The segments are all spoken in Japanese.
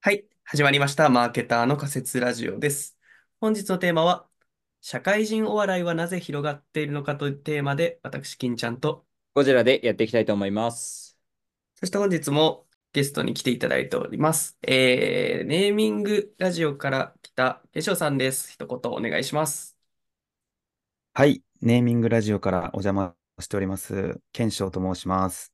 はい。始まりました。マーケターの仮説ラジオです。本日のテーマは、社会人お笑いはなぜ広がっているのかというテーマで、私、金ちゃんと、ゴジラでやっていきたいと思います。そして本日もゲストに来ていただいております。えー、ネーミングラジオから来た、えしょうさんです。一言お願いします。はい、ネーミングラジオからお邪魔しております、賢章と申します。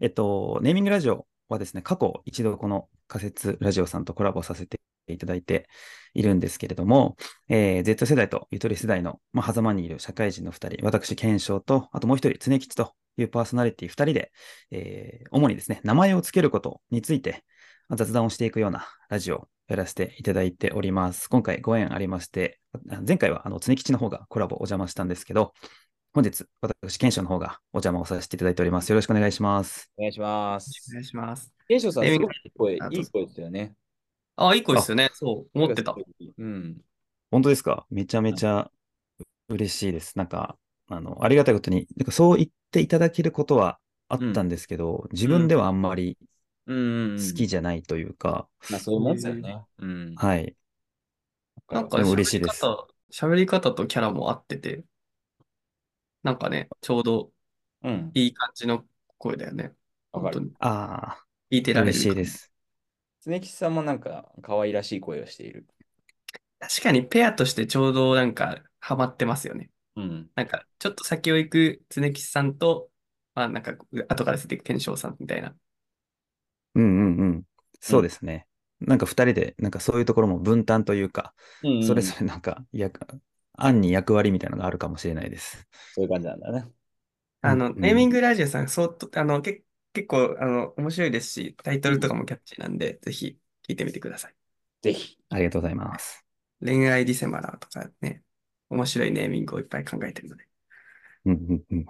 えっと、ネーミングラジオはですね、過去一度この仮説ラジオさんとコラボさせていただいているんですけれども、えー Z 世代とゆとり世代の、まあ、狭間にいる社会人の2人、私、賢章と、あともう1人、常吉というパーソナリティ2人で、えー主にですね、名前をつけることについてまあ雑談をしていくようなラジオをやらせていただいております。今回ご縁ありまして、あ前回はあの常吉の方がコラボお邪魔したんですけど、本日、私、賢章の方がお邪魔をさせていただいております。よろしくお願いします。お願いしまおす。願いします。ケイショウさん、ネーミすングごくいい声、いあどういぞ声ですよね。あ、いい声であすよね。そう、思ってた。うん。本当ですかめちゃめちゃ嬉しいです。なんか、あの、ありがたいことに、なんかそう言っていただけることはあったんですけど、自分ではあんまりうんうんうん。好きじゃないというか、まあ、そういうもんですよね。うん。はい。なんか、でも喋嬉しいりです方、喋り方とキャラも合ってて、なんかね、ちょうどうん。いい感じの声だよね。わ本か当る。に。あ聞いてらあ、れ嬉るしい感じ。です。常吉さんもなんか、可愛らしい声をしている。確かにペアとしてちょうどなんかハマってますよね。うん。なんかちょっと先を行く常吉さんと、まあなんか後から出てく賢章さんみたいな。うんうんうん。そうですね。なんか二人で、なんかそういうところも分担というか、うんうんそれぞれなんか役、案に役割みたいなのがあるかもしれないです。そういう感じなんだね。あの、うんネーミングラジオさん、相当、あの、け、結構、あの、面白いですし、タイトルとかもキャッチーなんで、ぜひ聞いてみてください。ぜひ。ありがとうございます。恋愛ディセマラーとかね、面白いネーミングをいっぱい考えてるので。うんうん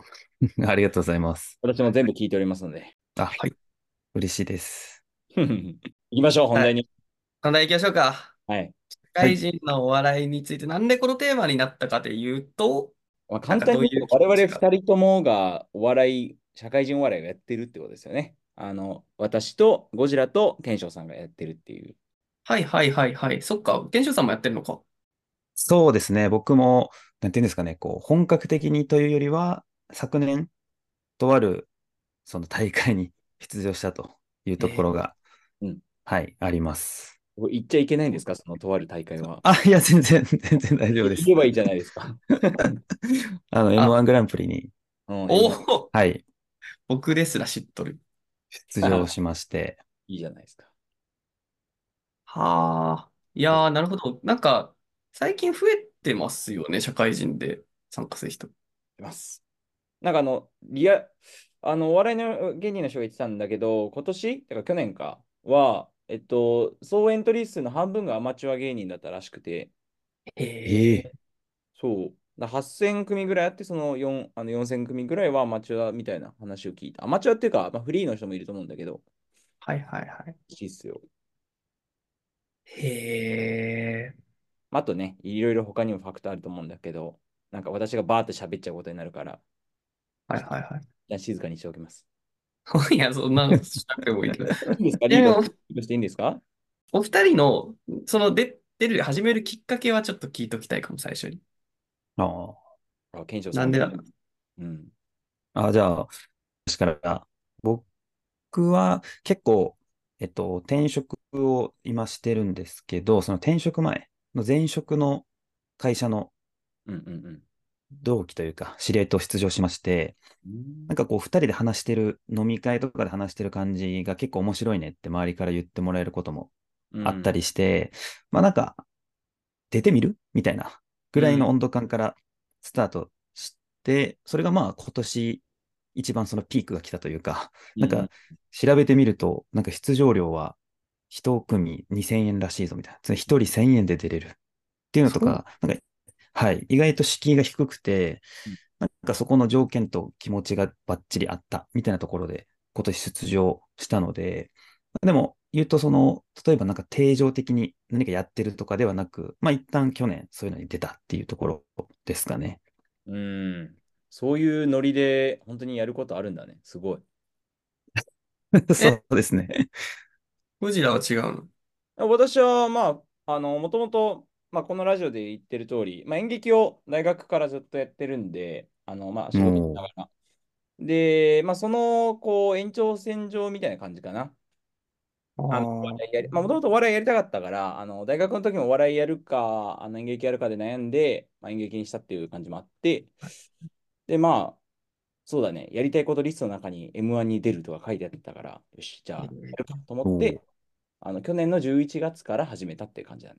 うん。ありがとうございます。私も全部聞いておりますので。 あ、はい嬉しいです。行きましょう、本題に。本題行きましょうか。はい。社会人のお笑いについて、なんでこのテーマになったかというと、まあ、なん簡か単どういにう言うと我々気持ちが2人ともがお笑い、社会人お笑いをやってるってことですよね。あの、私とゴジラとケンショウさんがやってるっていう。はいはいはいはい。そっか、賢章さんもやってるのか。そうですね。僕も、なんていうんですかね、こう、本格的にというよりは、昨年、とある、その大会に 出場したというところが、ええうんはい、あります。これ言っちゃいけないんですか、そのとある大会は。あ、いや、全然、全然大丈夫です言。えばいいじゃないです か。あの、M1 グランプリに、うんおいお、はい、僕ですら知っとる。出場しまして、いじゃないですか。はあ。いやー、なるほど。なんか、最近増えてますよね、社会人で参加する人。います。なんかあの、リア、あの、お笑いの芸人の人が言ってたんだけど、今年、だから去年か、は、えっと、総エントリー数の半分がアマチュア芸人だったらしくて、へえ。そう。だ8000組ぐらいあって、その4、あの4000組ぐらいはアマチュアみたいな話を聞いた。アマチュアっていうか、まあ、フリーの人もいると思うんだけど、はいはいはい。らしいっすよ。へえ。まああとね、いろいろ他にもファクターあると思うんだけど、なんか私がバーって喋っちゃうことになるから、はいはいは一旦静かにしておきます。い。い や、そんなのしなくてもいい けど。いいですかいやリーでドも、リードしていいんですかお二人の、その出、出る、始めるきっかけはちょっと聞いときたいかも、最初に。あーあ、検証さ。なんんでなのうん。あ、じゃあ、私から、僕は結構、えっと、転職を今してるんですけど、その転職前の前職の会社のうんうん同期というか、司令と出場しまして、うん。なんかこう、二人で話してる、飲み会とかで話してる感じが結構面白いねって周りから言ってもらえることもうんあったりして、まあなんか、出てみるみたいなぐらいの温度感からスタートして、それがまあ今年一番そのピークが来たというか、うなんか調べてみると、なんか出場料は一組2000円らしいぞみたいな。つまり一人1000円で出れるっていうのとか、なんか、はい、意外と敷居が低くてうん、なんかそこの条件と気持ちがバッチリあったみたいなところで今年出場したので、でも言うとその、例えばなんか定常的に何かやってるとかではなく、まあ一旦去年そういうのに出たっていうところですかね。うん。そういうノリで本当にやることあるんだね。すごい。 そうですね。ゴジラは違うの。私は、まあ、あの、もともと、まあ、このラジオで言ってる通り、まあ、演劇を大学からずっとやってるんで、あの、まあ、仕事しながら。で、まあ、その、こう、延長線上みたいな感じかな。あの、お笑いやり、まあ、もともとお笑いやりたかったから、あの、大学の時もお笑いやるか、あの、演劇やるかで悩んで、まあ、演劇にしたっていう感じもあって、で、まあ、そうだね、やりたいことリストの中に M1 に出るとか書いてあったから、よし、じゃあ、やるかと思っおて、あの、去年の11月から始めたって感じだね。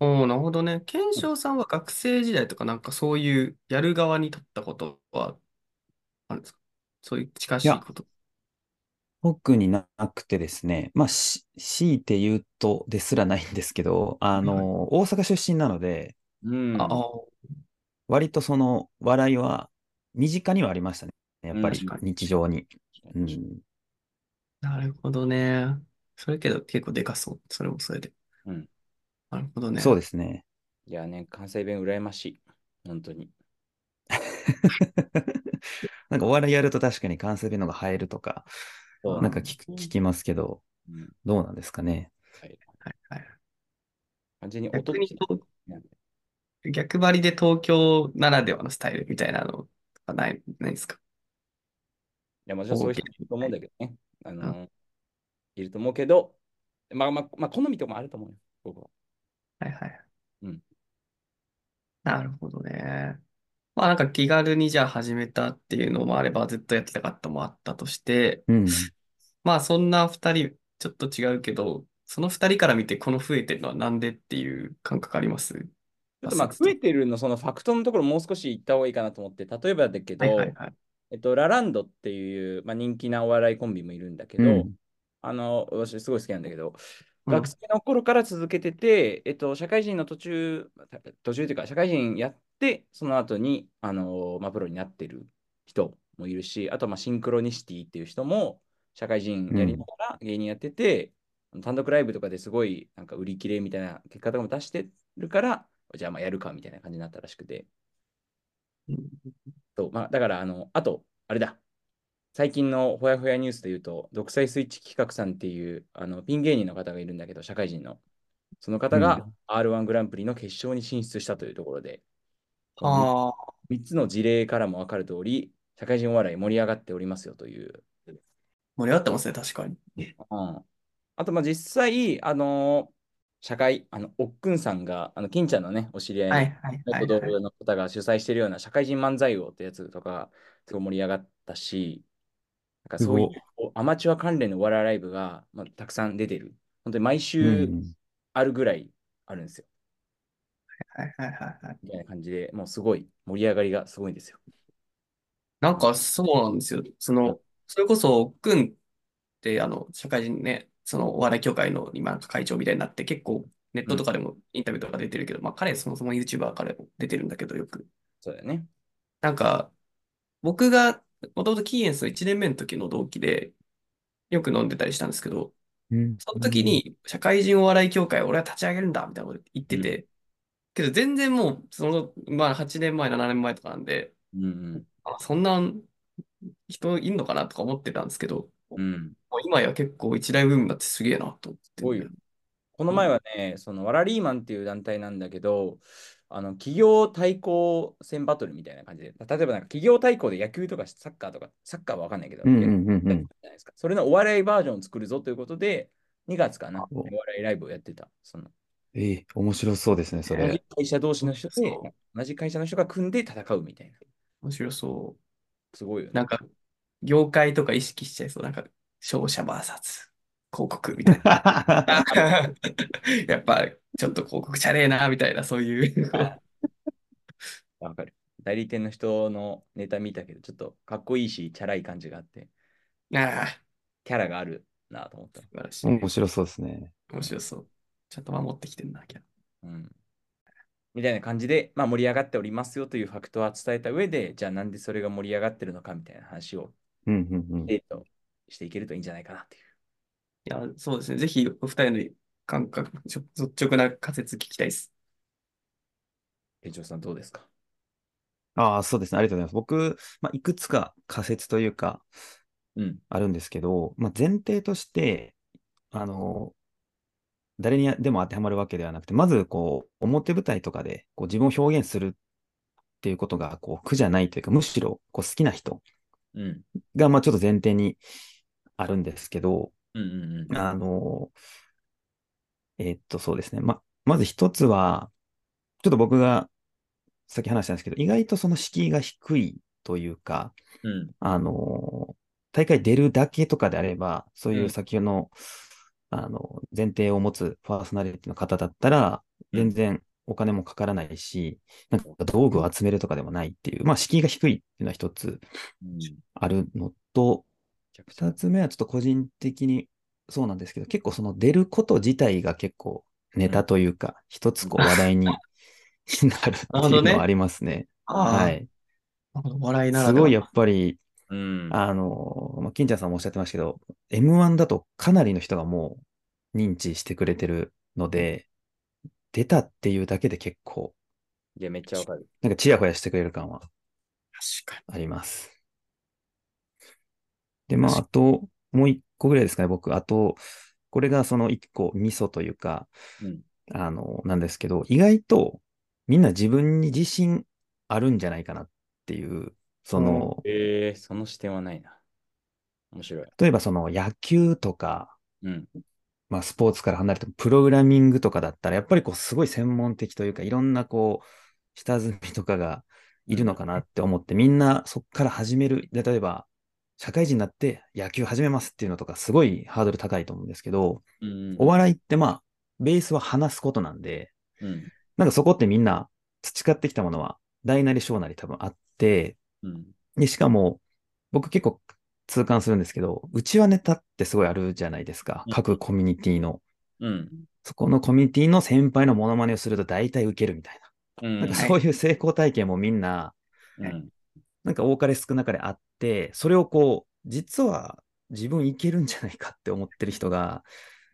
おお、なるほどね。健翔さんは学生時代とかなんかそういうやる側に立ったことはあるんですかそういう近いしいや、こと。特になくてですね、まあ、し強いて言うとですらないんですけど、あはいはい。の、大阪出身なので、うああん。ー、割とその笑いは身近にはありましたね。やっうぱん。確りかに。日常に。うん。なるほどね。それけど結構でかそう。それもそれで。うん。なるほどそうね。ですね。いやね、関西弁羨ましい。本当に。なんかお笑いやると確かに関西弁のが映えるとか、そうなあなんかの。聞く、ー聞きますけど、うん。どうなんですかね。はいはいはい完全に音逆とにしてとなんで。逆張りで東京ならではのスタイルみたいなのはない、ないですかいや、もちろん方そういう言人もいみるとたい思うんだけどね。あな。うんのいると思うけど、まあまあ、まあ、好みとかもあると思うよ。僕は。はいはい。うん。なるほどね。まあなんか気軽にじゃあ始めたっていうのもあればずっとやってたかったもあったとして、うん。まあそんな二人ちょっと違うけど、その二人から見てこの増えてるのはなんでっていう感覚ありますちょっバとスまあ、ケス増と。えてるの、そのファクトのところもう少し行った方がいいかなと思って、例えばだけはいはいど、はい。えっと、ラランドっていう、まあ、人気なお笑いコンビもいるんだけうど、ん。あの、私すごい好きなんだけど、う学ん。生の頃から続けてて、えっと、社会人の途中、た途中というか、社会人やって、その後に、あの、まあ、プロになってる人もいるし、あと、まあ、シンクロニシティっていう人も、社会人う。やりなんがら芸人やってて、単独ライブとかですごい、なんか売り切れみたいな結果とかも出してるから、じゃあ、まあ、やるかみたいな感じになったらしくて。うんそう、まあ、だから、あの、あと、あれだ。最近のほやほやニュースで言うと、独裁スイッチ企画さんっていう、あの、ピン芸人の方がいるんだけど、社会人の。そのう方ん。が R1 グランプリの決勝に進出したというところで、この 3, はあ。つの事例からも分かる通り、社会人お笑い盛り上がっておりますよという。盛り上がってますね、確かに。うん、あと、まあ実際、あの社会、あの、おっくんさんが、あの、金ちゃんのね、お知り合いはの、いはいは元い同はい。僚の方が主催してるような社会人漫才王ってやつとか、すごい盛り上がったし、なんかすそういご。うこうアマチュア関連のお笑いライブが、まあ、たくさん出てる。本当に毎う週ん。あるぐらいあるんですよ。はいはいはいはい。みたいな感じで、もうすごい盛り上がりがすごいんですよ。なんかそうなんですよ。その、それこそ、軍って、あの、社会人ね、そのお笑い協会の今、会長みたいになって、結構ネッうトとん、かでもインタビューとか出てるけど、まあ彼、そもそも YouTuber からも出てるんだけど、よく。そうだよね。なんか、僕が、もともとキーエンスの1年目の時の同期で、よく飲んでたりしたんですけど、うん。そのう時ん。に、社会人お笑い協会を俺は立ち上げるんだ、みたいなこと言っうてん。て、けど全然もう、その、まあ8年前、7年前とかなんで、うん。あそんな人いんのかなとか思ってたんですけど、うん。もう今や結構一大ブームになってすげえなと思って多るいね。よ。このう前ん。はね、そのワラリーマンっていう団体なんだけど、あの企業対抗戦バトルみたいな感じで、例えばなんか企業対抗で野球とかサッカーとか、サッカーはわかんないけど、うん。野球うん。うんうやってんたじゃないですか。それのお笑いバージョンを作るぞということで、2月かな、おお笑いライブをやってた。そのええ、面白そうですね、そ同じれ。会社同士の人で、そ同じ会社の人が組んで戦うみたいな。う。面白そう。すごいよなんね。か、業界とか意識しちゃいそう。なんか、商社 VS 広告みたいな。やっぱ、ちょっと広告チャレーな、みたいな、そういうこわかる。代理店の人のネタ見たけど、ちょっとかっこいいし、チャラい感じがあって、う。 ああ、キャラがあるなと思った素晴らしい 面ね。白そうですね。面白そう。ちゃんと守ってきてんな、きゃ。うん。みたいな感じで、まあ、盛り上がっておりますよというファクトは伝えた上で、じゃあなんでそれが盛り上がってるのかみたいな話を、うん。うん。うんえーと、していけるといいんじゃないかなっていう。いや、そうですね。ぜひ、お二人の感覚、ちょ率直な仮説聞きたいです。店長さんどうですかああ、そうですね。ありがとうございます。僕、まあ、いくつか仮説というか、うん。あるんですけど、まあ、前提として、あの、誰にでも当てはまるわけではなくて、まず、こう、表舞台とかで、こう、自分を表現するっていうことが、こう、苦じゃないというか、むしろ、こう、好きな人うん。が、まあ、ちょっと前提にあるんですけど、うんうんうん。あの、えっと、そうですね。ま、まず一つは、ちょっと僕がさっき話したんですけど、意外とその敷居が低いというか、うん。あの、大会出るだけとかであれば、そういううん先の、あの、前提を持つパーソナリティの方だったら、うん全然お金もかからないし、なんか道具を集めるとかでもないっていう、まあ、敷居が低いっていうのは一つうん。あるのと、着二つ目はちょっと個人的にそうなんですけど、結構その出ること自体が結構ネタというか、一つこう話題に なるなるっほてどいうのねはありますね。 あはーい。なるほど笑いならすでごはいやっぱり、うん。あの、まあ、金ちゃんさんもおっしゃってましたけど、M1 だとかなりの人がもう認知してくれてるので、出たっていうだけで結構、いや、めっちゃわかる。なんかチヤホヤしてくれる感は確かあります。で、まあ、あと、もう一個ぐらいですかね、僕。あと、これがその一個、ミソというか、うんあの、なんですけど、意外と、みんな自分に自信あるんじゃないかなっていう、その、えー、その視点はないな。面白い。例えばその野球とか、うん。まあ、スポーツから離れても、プログラミングとかだったら、やっぱりこう、すごい専門的というか、いろんなこう、下積みとかがいるのかなって思って、みんなそこから始める。で例えば、社会人になって野球始めますっていうのとか、すごいハードル高いと思うんですけど、うん。お笑いってまあ、ベースは話すことなんで、うん。なんかそこってみんな培ってきたものは、大なり小なり多分あって、うん。で、しかも、僕結構痛感するんですけど、うちはネタってすごいあるじゃないですかう。ん各コミュニティの。うん。そこのコミュニティの先輩のモノマネをすると大体受けるみたいうん。な。なんかそういう成功体験もみんな、うん。なんか多かれ少なかれあって、それをこう、実は自分いけるんじゃないかって思ってる人が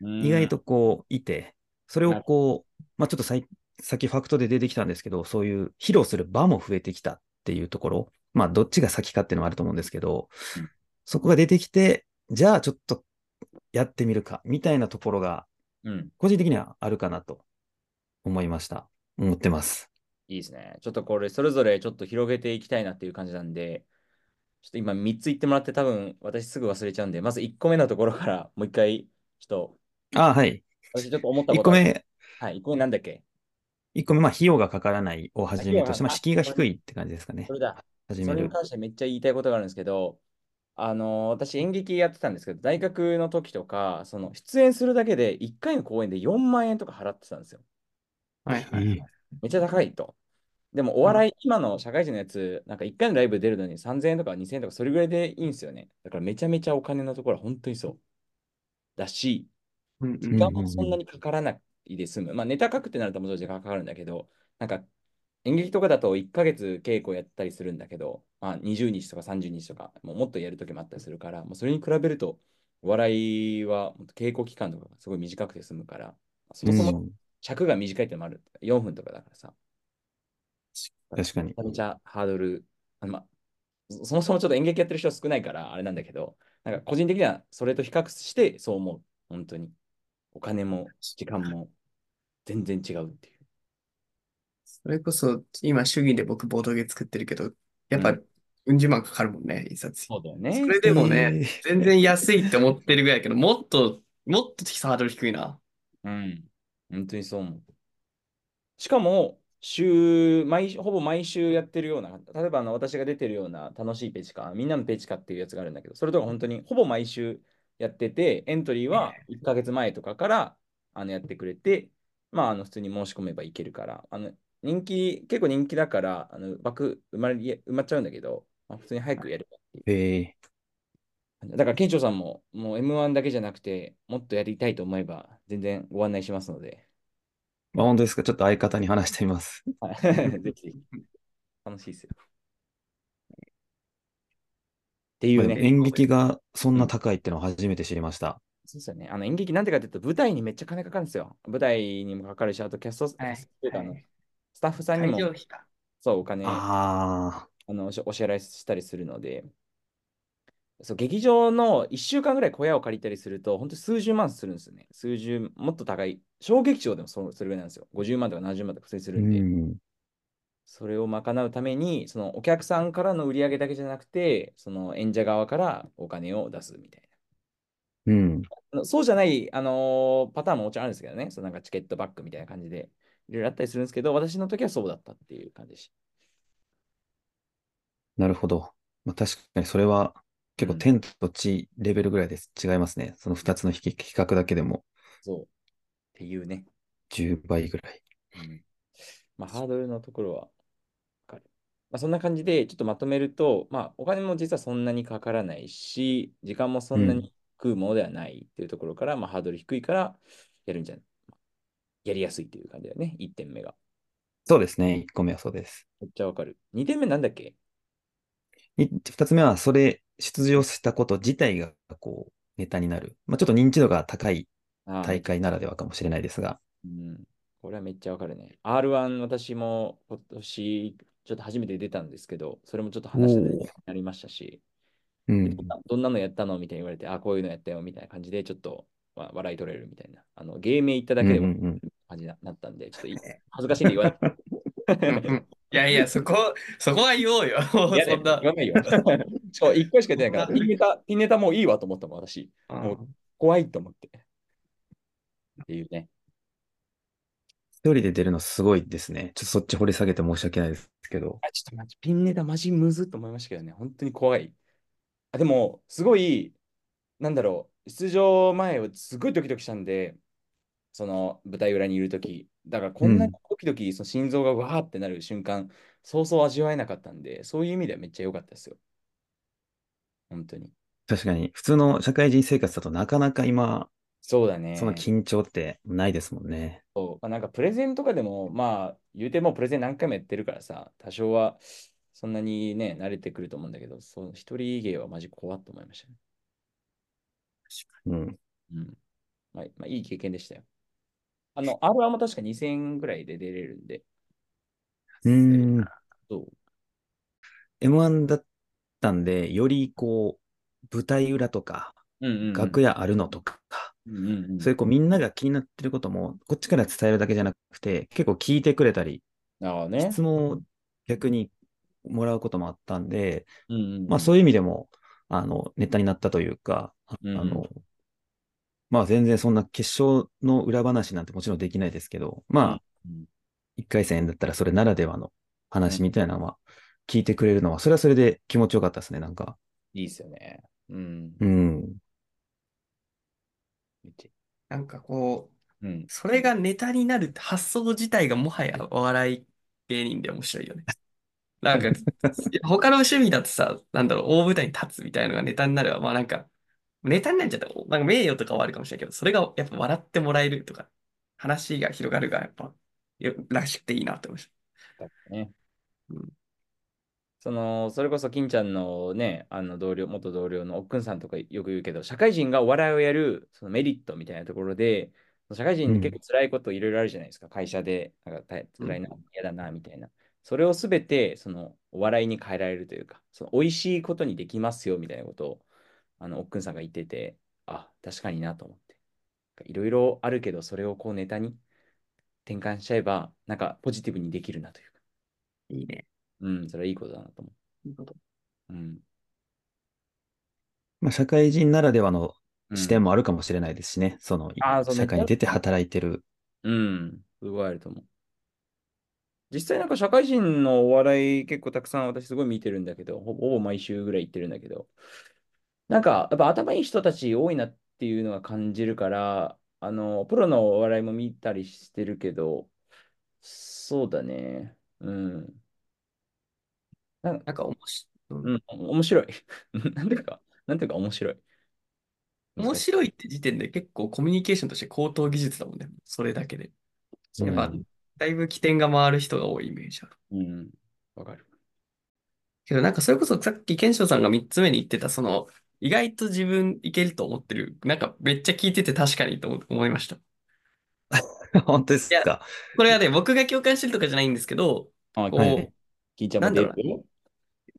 うん意外と。こういて、それをこう、まあちょっとさい先ファクトで出てきたんですけど、そういう披露する場も増えてきたっていうところ、まあどっちが先かっていうのもあると思うんですけどうん、そこが出てきて、じゃあちょっとやってみるか、みたいなところがうん。個人的にはあるかなと思いました。思ってます。いいですね。ちょっとこれ、それぞれちょっと広げていきたいなっていう感じなんで、ちょっと今3つ言ってもらって、多分私すぐ忘れちゃうんで、まず1個目のところからもう一回、ちょああ、はい。っと、私ちょっと思ったこ1と。個。目、はい、1個目なんだっけ一個目、まあ費用がかからないをはじめとして、あ費用がまあ敷居が低いって感じですかねそ。れだ。始そめれにる。関してめっちゃ言いたいことがあるんですけど、あの私演劇やってたんですけど、大学の時とか、その出演するだけで1回の公演で4万円とか払ってたんですよ。に。はいはいはい。めっちゃ高いと。でもお笑い、今の社会人のやつ、なんか1回のライブ出るのに3000円とか2000円とかそれぐらいでいいんですよね。だからめちゃめちゃお金のところは本当にそう。だし、うんう時ん。間もそんなにかからないで済む。まあネタ書くってなるともちろん時間かかるんだけど、なんか演劇とかだと1ヶ月稽古やったりするんだけど、まあ20日とか30日とか、もうもっとやるときもあったりするから、もうそれに比べると、お笑いはもっと稽古期間とかがすごい短くて済むから、そもそもうん尺が短いってのもある。4分とかだからさ。確かにめち。ゃめちゃハードル、あのまあ、そそもそもちょっと演劇やってる人少ないからあれなんだけど、なんか個人的にはそれと比較してそう思う、本当に。お金も時間も全然違うっていう。それこそ、今、主義で僕、ボードゲー作ってるけど、やっうぱ、うん十万かかるもんね、印刷費。そうだよねそれでもね、えー全然安いって思ってるぐらいやけど、もっと、もっとハードル低いな。うん。本当にそう思う。しかも、週、毎、ほぼ毎週やってるような、例えばあの私が出てるような楽しいペチカ、みんなのペチカっていうやつがあるんだけど、それとか本当にほぼ毎週やってて、エントリーは1ヶ月前とかからあのやってくれて、まあ、あの普通に申し込めばいけるから、あの人気、結構人気だから、あの枠埋まり埋まっちゃうんだけど、まあ、普通に早くやればっていう。えだから、県庁さんも、もう M1 だけじゃなくて、もっとやりたいと思えば、全然ご案内しますので。ーまあ本当ですか。ちょっと相方に話してみます。はい ぜひぜひ。楽しいですよ。っていうまあでもね。演劇がそんな高いってのは初めて知りました。そうですよね。あの演劇なんてかっていうと、舞台にめっちゃ金かかるんですよ。舞台にもかかるし、あとキャスト、はいキャストっていうかあのスタッフさんに会も場費か。そうお金あああ、のお支お支払いしたりするので、そう、劇場の1週間ぐらい小屋を借りたりすると、本当数十万するんですよね。数十、もっと高い。小劇場でもそ、それぐらいなんですよ。50万とか70万とか普通にすうるんで。ん。それを賄うために、そのお客さんからの売り上げだけじゃなくて、その演者側からお金を出すみたいな。うん。あのそうじゃない、あのーパターンももちろんあるんですけどね。そのなんかチケットバックみたいな感じで、いろいろあったりするんですけど、私の時はそうだったっていう感じでした。なるほど。まあ、確かにそれは結う構ん天と地レベルぐらいです。違いますね。その2つの比比較だけでもそう。っていうね。 10倍ぐらい。まあ、ハードルのところはわかる。まあ、そんな感じで、ちょっとまとめると、まあ、お金も実はそんなにかからないし、時間もそんなうに食うものではないっていうところから、まあ、ハードル低いから、やるんじゃないやりやすいっていう感じだよね、1点目が。そうですね。1個目はそうです。めっちゃわかる。2点目なんだっけ2つ目は、それ、出場したこと自体がこうネタになる。まあ、ちょっと認知度が高いああ、大会ならではかもしれないですが。うん。これはめっちゃわかるね。R1、私も今年、ちょっと初めて出たんですけど、それもちょっと話におーなりましたし、うん。どんなのやったのみたいに言われて、あ、こういうのやったよみたいな感じで、ちょっと、まあ、笑い取れるみたいな。あの、芸名言っただけでうんもうんうん感じになったんで、ちょっとい恥ずかしいんで言わないいやいや、そこ、そこは言おうよ。いや ねそんな言。わないよ。しかも1回しか出ないから、そんなピンネタ、ピンネタもういいわと思ったもん、私。もう怖いと思って。っていうね。一人で出るのすごいですね。ちょっとそっち掘り下げて申し訳ないですけど。あ、ちょっと待って、ピンネタマジむずっと思いましたけどね、本当に怖い。あ、でも、すごい、なんだろう、出場前はすごいドキドキしたんで、その舞台裏にいるとき、だからこんなにドキドキ、その心臓がわーってなる瞬間、そうそう味わえなかったんで、そういう意味ではめっちゃ良かったですよ。本当に。確かに、普通の社会人生活だとなかなか今、そうだね。その緊張ってないですもんね。そうまあ、なんかプレゼンとかでも、まあ、言うてもプレゼン何回もやってるからさ、多少はそんなにね、慣れてくると思うんだけど、その一人芸はマジ怖っと思いましたね。うん。うん。まあ、まあ、いい経験でしたよ。あの、R1 も確か2000ぐらいで出れるんで、うーん。そう。 M1 だったんで、よりこう、舞台裏とか、うんうんうん、楽屋あるのとか、うんうんうん、そういうこうみんなが気になってることも、こっちから伝えるだけじゃなくて、結構聞いてくれたり、ああね。質問を逆にもらうこともあったんで、うんうんうんまあそういう意味でも、あの、ネタになったというか、あうんうんあの、まあ全然そんな決勝の裏話なんてもちろんできないですけど、まあうん、一回戦だったらそれならではの話みたいなのは聞いてくれるのは、それはそれで気持ちよかったですね、なんか。いいですよね。うん。うん。なんかこう、うん、それがネタになるって発想自体がもはやお笑い芸人で面白い よね。なんか、他の趣味だとさ、なんだろう、大舞台に立つみたいなのがネタになるわ。まあなんか、ネタになっちゃったら、なんか名誉とかはあるかもしれないけど、それがやっぱ笑ってもらえるとか、話が広がるがやっぱ、よらしくていいなって思いましだからねうんそのそれこそ金ちゃんのね、あの同僚、元同僚のおっくんさんとかよく言うけど、社会人がお笑いをやるそのメリットみたいなところで、社会人に結構辛いこといろいろあるじゃないですか、会社でなんか大辛いな、嫌だなみたいな。それをすべてそのお笑いに変えられるというか、その美味しいことにできますよみたいなことをあのおっくんさんが言ってて、あ、確かになと思って。いろいろあるけど、それをこうネタに転換しちゃえば、なんかポジティブにできるなというか、た。いいね。うん、それはいいことだなと思う。うん。まあ社会人ならではのうん視点もあるかもしれないですしね、そのあーそう社会に出て働いてる。うん、すごいあると思う。実際なんか社会人のお笑い結構たくさん私すごい見てるんだけど、ほほぼ毎週ぐらい行ってるんだけど、なんかやっぱ頭いい人たち多いなっていうのは感じるから、あの、プロのお笑いも見たりしてるけど、そうだね。うん。なんなんか面白い。うん、面白い。 なんていうか、なんていうか面白い。面白いって時点で結構コミュニケーションとして高等技術だもんね。それだけで。うやっぱんだいぶ起点が回る人が多いイメージある。うん、わかる。けどなんかそれこそさっき賢章さんが3つ目に言ってた、その、意外と自分いけると思ってる。なんかめっちゃ聞いてて確かにと思思いました。 本当ですいか。これはね、僕が共感してるとかじゃないんですけど、あ、こはう、い聞いちゃんなも ん出だるろうよ。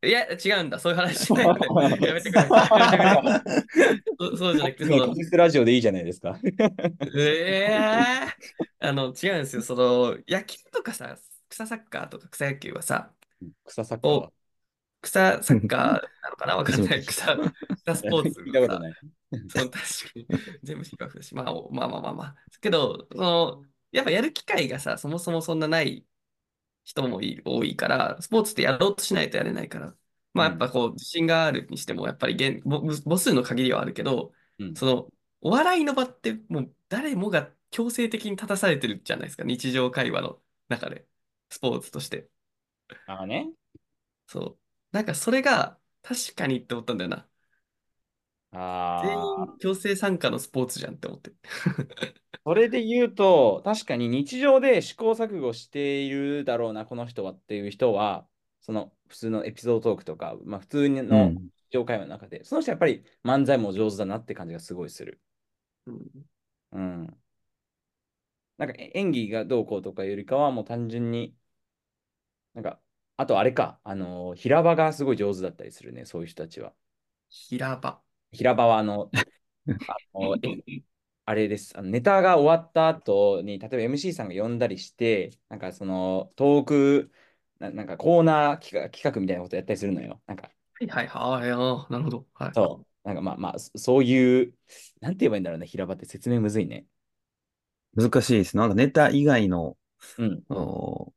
いや、違うんだ。そういう話しないので。やめてください。やめてくださいそうそうじゃなくて、その確、実ラジオでいいじゃないですか。 ええあの、違うんですよ。その、野球とかさ、草サッカーとか草野球はさ、草サッカーはこう、草サッカーなのかなわかんない。草、草スポーツ聞いたのことさ、ない。そう、確かに。全部芝生だし、まあ、おまあまあまあまあ。けど、その、やっぱやる機会がさ、そもそもそんなない人もい多いから、スポーツってやろうとしないとやれないから。まあ、うんやっぱこう、自信があるにしても、やっぱり限母母数の限りはあるけど、うんその、お笑いの場って、もう誰もが強制的に立たされてるじゃないですか、日常会話の中で、スポーツとして。ああね。そう。なんかそれが、確かにって思ったんだよな。全ああ。員強制参加のスポーツじゃんって思って。それで言うと、確かに日常で試行錯誤しているだろうな、この人はっていう人は、その普通のエピソードトークとか、まあ、普通うのん。日常会話の中で、その人やっぱり漫才も上手だなって感じがすごいする。うんうん。なんかえ演技がどうこうとかよりかは、もう単純に、なんか、あとあれか、あのー平場がすごい上手だったりするね、そういう人たちは。平場。平場はあの、あのえあれです。あのネタが終わった後に、例えば MC さんが呼んだりして、なんかそのトーク、な、なんかコーナー企画、企画みたいなことやったりするのよ。なんか、はいはいはい。あーなるほど。はい。そう。なんかまあまあ、そそういう、なんて言えばいいんだろうね、平場って説明むずいね。難しいです。なんかネタ以外の、うん。おー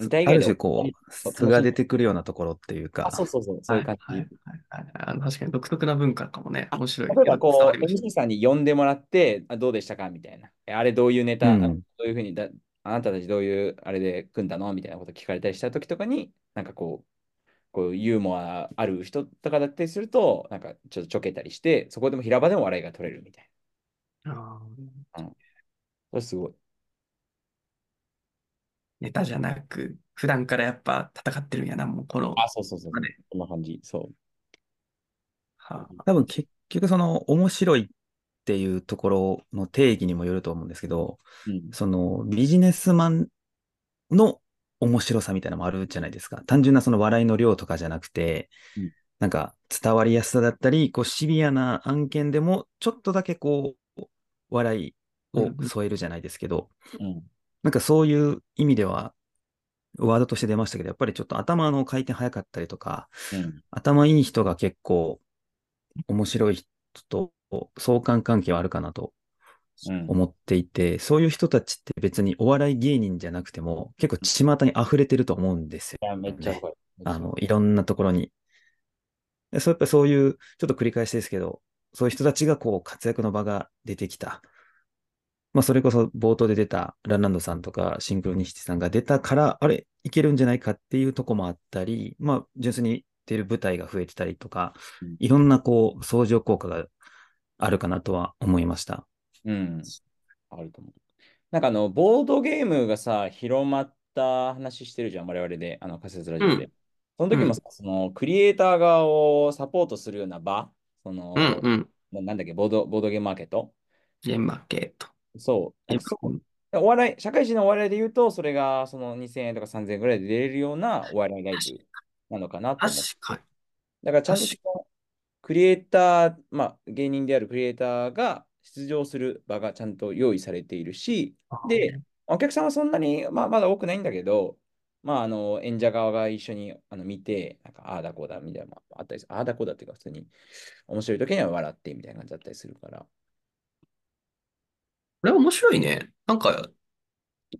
ネタ以あ外るで種こう、素が出てくるようなところっていうあ、か、そうそうそう、そはういいう感はいじ。はいはいあの確かに独特な文化かもね。面白い。例え伝わばこりう、まし MC さんに呼んでもらって、あ、どうでしたかみたいな。えあれどういうネタ、うんあどういうふうにだ、あなたたちどういうあれで組んだのみたいなこと聞かれたりした時とかに、なんかこう、こうユーモアある人とかだったりすると、なんかちょっとちょけたりして、そこでも平場でも笑いが取れるみたいた。あーな。それすごい。ネタじゃなく、普段からやっぱ戦ってるんやな、もうこの。あ、そうそうそうまあね。こんな感じ。そう。はあ多分結局その面白いっていうところの定義にもよると思うんですけど、うん、そのビジネスマンの面白さみたいなのもあるじゃないですか。単純なその笑いの量とかじゃなくてうん、なんか伝わりやすさだったり、こうシビアな案件でもちょっとだけこう、笑いを添えるじゃないですけど、うん。なんかそういう意味では、ワードとして出ましたけど、やっぱりちょっと頭の回転早かったりとか、うん。頭いい人が結構面白い人と相関関係はあるかなとうん。思っていて、そういう人たちって別にお笑い芸人じゃなくても、結構巷に溢れてると思うんですよ。いや、めっちゃわかる。めっちゃわかるあの、いろんなところに。でそうやっぱりそういう、ちょっと繰り返しですけど、そういう人たちがこう活躍の場が出てきた。まあそれこそ冒頭で出たランランドさんとかシンクロニシティさんが出たから、あれ、いけるんじゃないかっていうとこもあったり、まあ純粋に出る舞台が増えてたりとかうん、いろんなこう相乗効果があるかなとは思いました。うん。あると思う。なんかあの、ボードゲームがさ、広まった話してるじゃん、我々で、あの、仮説ラジオで。うその時もさ、その、クリエイター側をサポートするような場、その、うんうん。ななんだっけ、ボード、ボードゲームマーケット。ゲームマーケット。そう。なんかそううんお笑い、社会人のお笑いで言うと、それがその2000円とか3000円ぐらいで出れるようなお笑いライブなのかなと確思う。かに。だからちゃんとそのクリエイター、まあ、芸人であるクリエイターが出場する場がちゃんと用意されているし、で、お客さんはそんなに、まあ、まだ多くないんだけど、まあ、あの演者側が一緒にあの見て、なんかああだこうだみたいなのもあったりする。ああだこうだっていうか、普通に面白い時には笑ってみたいな感じだったりするから。これ面白いね。なんか、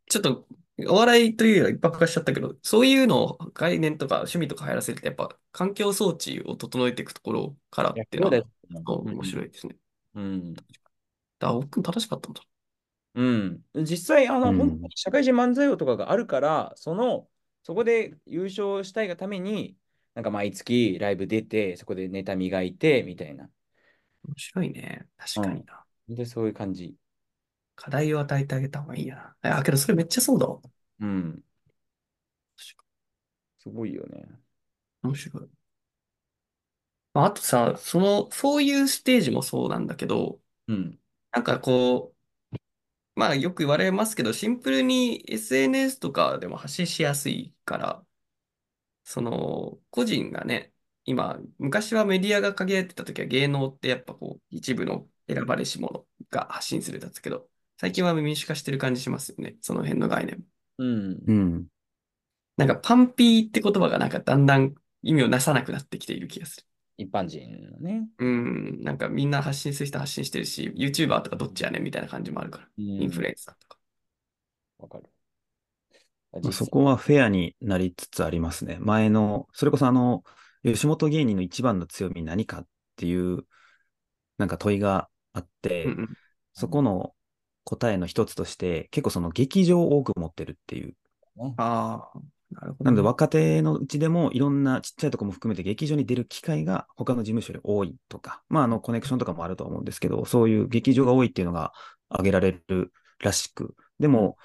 ちょっと、お笑いというよりは一泊化しちゃったけど、そういうのを概念とか趣味とか流行らせるって、やっぱ環境装置を整えていくところからっいやていうのそうだは、よそう面白いですね。うん。あ、僕も正しかったんだ。うん、実際、あの、うん本当に社会人漫才王とかがあるから、その、そこで優勝したいがために、なんか毎月ライブ出て、そこでネタ磨いて、みたいな。面白いね。確かにな。で、そういう感じ。課題を与えてあげた方がいいやな。あ、けどそれめっちゃそうだわ。うん。すごいよね。面白い。まあ、あとさ、その、そういうステージもそうなんだけど、うん。なんかこう、まあよく言われますけど、シンプルに SNS とかでも発信しやすいから、その、個人がね、今、昔はメディアが限られてた時は芸能ってやっぱこう、一部の選ばれし者が発信するんだったけど、最近は民主化してる感じしますよね。その辺の概念。うん。うん。なんかパンピーって言葉がなんかだんだん意味をなさなくなってきている気がする。一般人のね。うん、なんかみんな発信する人は発信してるし、YouTuber とかどっちやねんみたいな感じもあるから。インフルエンサーとか。わかる。まあ実そ際こはフェアになりつつありますね。前の、それこそあの、吉本芸人の一番の強み何かっていう、なんか問いがあって、うんうんそこの答えの一つとして、結構その劇場を多く持ってるっていう。ああ、なるほなのでどね。若手のうちでもいろんなちっちゃいとこも含めて劇場に出る機会が他の事務所より多いとか、まああのコネクションとかもあるとは思うんですけど、そういう劇場が多いっていうのが挙げられるらしく、でも、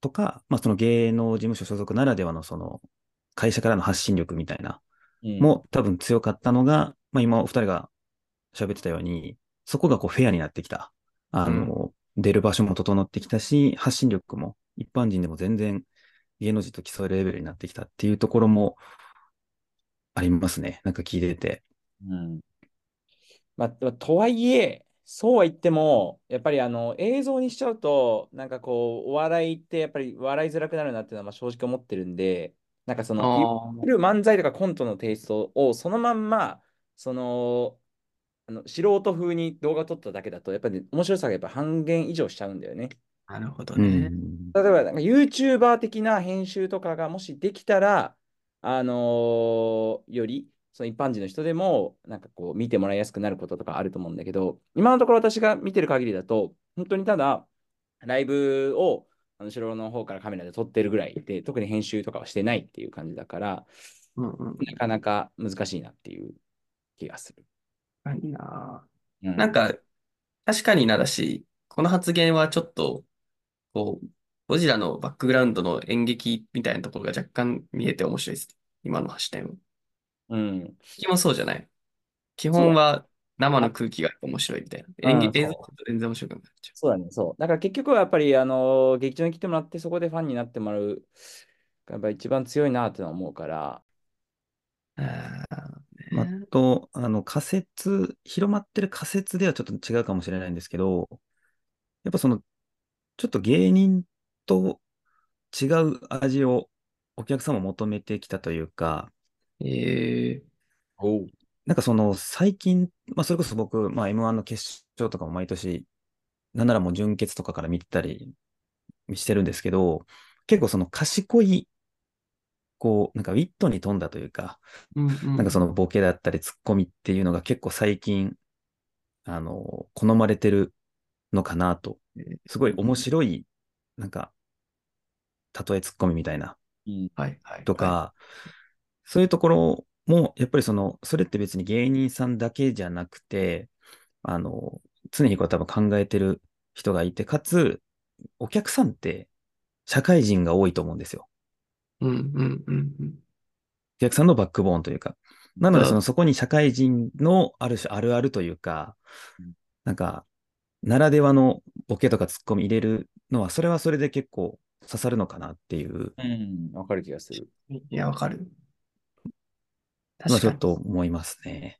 とか、まあその芸能事務所所属ならではのその会社からの発信力みたいな、うんもう多分強かったのが、まあ今お二人が喋ってたように、そこがこうフェアになってきた。あの、出る場所も整ってきたし、発信力も一般人でも全然芸能人と競えるレベルになってきたっていうところもありますね。なんか聞いてて。うんまあ、まあとはいえ、そうは言っても、やっぱりあの映像にしちゃうと、なんかこう、お笑いってやっぱり笑いづらくなるなっていうのはまあ正直思ってるんで、なんかそあの、いわあ、ゆる漫才とかコントのテイストをそのまんま、その、あの素人風に動画撮っただけだと、やっぱり面白さがやっぱ半減以上しちゃうんだよね。なるほどうね。ん。例えばなんか YouTuber 的な編集とかがもしできたら、あのーよりその一般人の人でもなんかこう見てもらいやすくなることとかあると思うんだけど、今のところ私が見てる限りだと、本当にただライブをあの後ろの方からカメラで撮ってるぐらいで、特に編集とかはしてないっていう感じだから、うんうん。なかなか難しいなっていう気がする。確かにな。うんなんか、確かになだし、この発言はちょっと、こう、ゴジラのバックグラウンドの演劇みたいなところが若干見えて面白いです。今の視点は。うん、基本そうじゃない。基本は生の空気が面白いみたいな。演あー劇、映そう像だと全然面白くなっちゃそうだね、そう。だから結局はやっぱり、あの劇場に来てもらって、そこでファンになってもらう、やっぱ一番強いなってのは思うから、う。あーまあねと、あの仮説、広まってる仮説ではちょっと違うかもしれないんですけど、やっぱその、ちょっと芸人と違う味をお客様求めてきたというか、ええおうなんかその最近、まあそれこそ僕、まあ M1 の決勝とかも毎年、なんならもう準決とかから見てたりしてるんですけど、結構その賢い、こう、なんかウィットに富んだというか、うんなんかそのボケだったりツッコミっていうのが結構最近、あの、好まれてるのかなとえー。すごい面白い、なんか、例えツッコミみたいなうん、はいはい。とか、そういうところも、やっぱりその、それって別に芸人さんだけじゃなくて、あの、常にこう多分考えてる人がいて、かつ、お客さんって社会人が多いと思うんですよ。うんうんうんうん。お客さんのバックボーンというか。なので、そうそのそこに社会人のある種あるあるというかうん、なんか、ならではのボケとかツッコミ入れるのは、それはそれで結構刺さるのかなっていううん、わかる気がする。いや、わかる。のは確ちかょっに。と思いますね。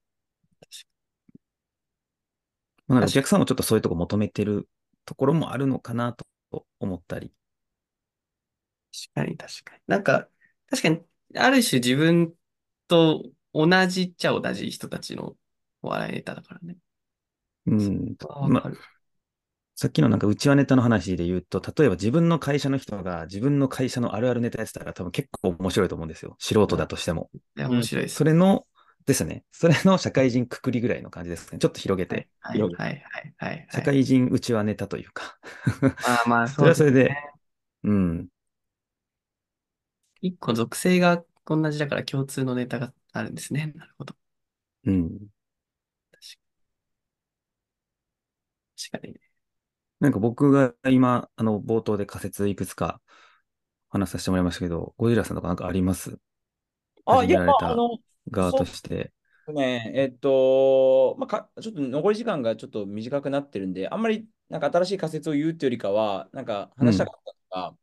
まあ、なのでお客さんもちょっとそういうとこ求めてるところもあるのかなと思ったり。確かに確かに。なんか、確かに、ある種自分と同じっちゃ同じ人たちのお笑いネタだからね。うん。わまかあ、る。さっきのなんか内輪ネタの話で言うと、例えば自分の会社の人が自分の会社のあるあるネタやってたら多分結構面白いと思うんですよ。素人だとしても。いや、面白いです。それの、ですね。それの社会人くくりぐらいの感じですね。ちょっと広げはてい。はいはい広はいはい。社会人うちはネタというか。まあまあ、それはそれそうですでね。、うん。一個属性が同じだから共通のネタがあるんですね。なるほど。うん。確かにね。なんか僕が今、あの、冒頭で仮説いくつか話させてもらいましたけど、ゴジラさんとかなんかありますあ、始いめや、られまたあ、あの、側として。ね、えっと、まあ、か、ちょっと残り時間がちょっと短くなってるんで、あんまりなんか新しい仮説を言うっていうよりかは、なんか話したかったのが、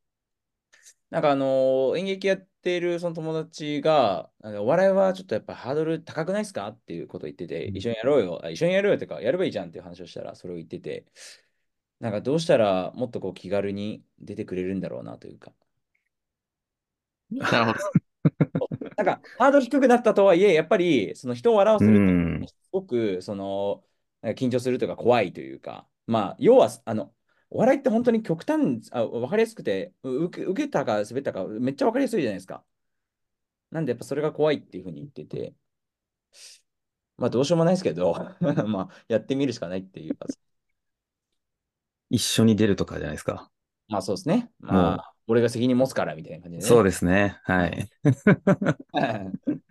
なんかあの演劇やっっているその友達が、なんかお笑いはちょっとやっぱハードル高くないですかっていうことを言ってて、うん一緒にやろうよ、あ一緒にやろうよとか、やればいいじゃんっていう話をしたら、それを言ってて、なんかどうしたらもっとこう気軽に出てくれるんだろうなというか。 なるほど。なんかハードル低くなったとはいえ、やっぱりその人を笑わせるっていうのはうんすごくそのなんか緊張するというか怖いというか、まあ要はあのお笑いって本当に極端あ分かりやすくてう受け、受けたか滑ったかめっちゃ分かりやすいじゃないですか。なんでやっぱそれが怖いっていうふうに言ってて、まあどうしようもないですけど、 まあやってみるしかないっていうか、一緒に出るとかじゃないですか。まあそうですね。まあ俺が責任持つからみたいな感じでね。そうですね。はい。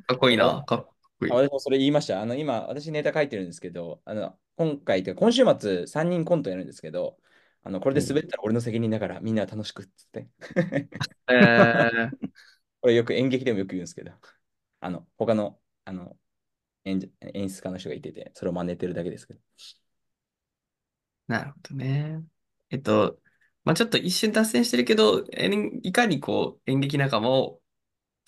かっこいい な。かっこいいあ。私もそれ言いました。あの、今、私ネタ書いてるんですけど、あの、今回というか、今週末3人コントやるんですけど、あの、これで滑ったら俺の責任だから、みんな楽しくっつって。えー、これよく演劇でもよく言うんですけど、あの、他の、あの、演じ演出家の人がいてて、それを真似てるだけですけど。なるほどね。えっと、まあちょっと一瞬脱線してるけど、えんいかにこう演劇仲間を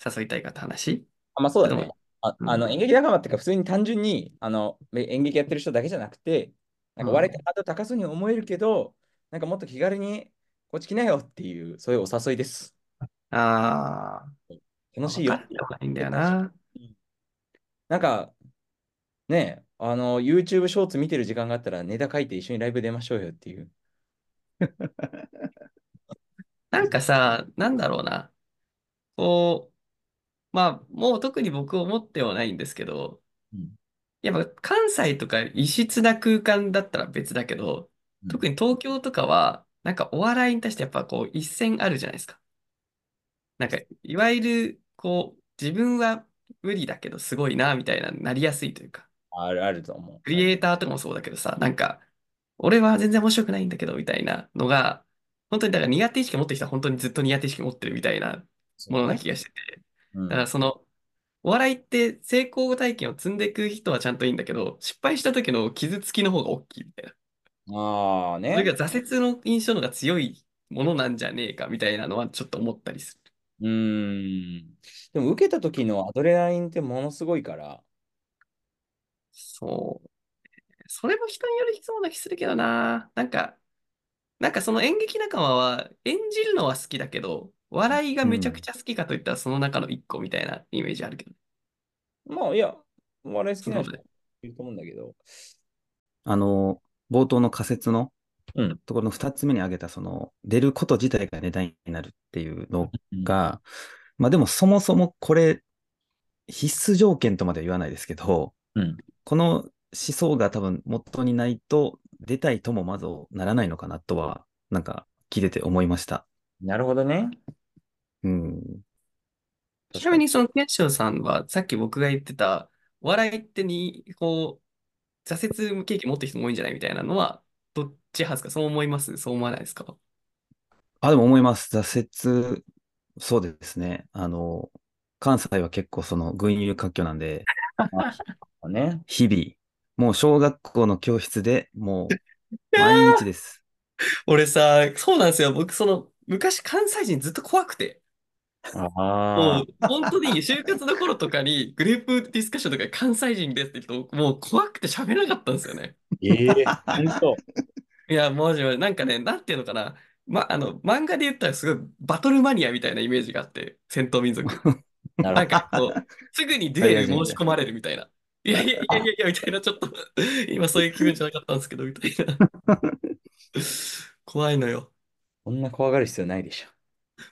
誘いたいかって話あまあ、そうだでねも。あうんあの演劇仲間っていうか、普通に単純にあのめ演劇やってる人だけじゃなくて、なんかうん割とハードル高そうに思えるけど、なんかもっと気軽にこっち来なよっていう、そういうお誘いです。ああ、楽しいよわか。んないんだよな。なんか、ねえ、あの、YouTube ショーツ見てる時間があったら、ネタ書いて一緒にライブ出ましょうよっていう。なんかさ、なんだろうな。こう、まあ、もう特に僕思ってはないんですけどうん、やっぱ関西とか異質な空間だったら別だけどうん、特に東京とかは、なんかお笑いに対してやっぱこう一線あるじゃないですか。なんか、いわゆる、こう、自分は無理だけどすごいな、みたいな、なりやすいというか。あるあると思クリエイターとかもそうだけどさ、なんか、俺は全然面白くないんだけど、みたいなのが、本当にだから苦手意識持ってきたら本当にずっと苦手意識持ってるみたいなう。ものな気がしてて。うんだからその、お笑いって成功体験を積んでいく人はちゃんといいんだけど、失敗した時の傷つきの方が大きいみたいな。ああ、そねれ。が挫折の印象の方が強いものなんじゃねえかみたいなのはちょっと思ったりする。うーん。でも、受けた時のアドレナリンってものすごいから、そう。それも人によるそうな気するけどな。なんか、なんかその演劇仲間は演じるのは好きだけど、笑いがめちゃくちゃ好きかといったらその中の一個みたいなイメージあるけど。まあ、いや、お笑い好きな人そうだいると思うんだけど、あの、冒頭の仮説のうんところの2つ目に挙げた、その、出ること自体が値段になるっていうのが、まあでもそもそもこれ、必須条件とまでは言わないですけど、うんこの思想が多分元にないと、出たいともまずならないのかなとは、なんか聞いてて思いました。なるほどね。うん。ちなみにそのケンショウさんはさっき僕が言ってた、お笑いってに、こう、挫折経験持ってる人も多いんじゃないみたいなのは、どっち派ですかそう思いますそう思わないですかあ、でも思います。挫折、そうですね。あの、関西は結構その群雄割拠なんで、確かにね。日々、もう小学校の教室でも う毎日です。俺さ、そうなんですよ。僕、その、昔関西人ずっと怖くて。もあう、本当に就活の頃とかに、グループディスカッションとかで関西人ですって言うと、もう怖くて喋れなかったんですよね。ええ本当。いや、マジマジ。なんかね、なんていうのかな。ま、あの、漫画で言ったらすごいバトルマニアみたいなイメージがあって、戦闘民 族。ななるんかこう、すぐにデュエル申し込まれるみたいな。いやいやいやいやいや、みたいな、ちょっと、 今そういう気分じゃなかったんですけど、みたいな。 怖いのよ。ほど。こんな怖がる必要ないでしょ。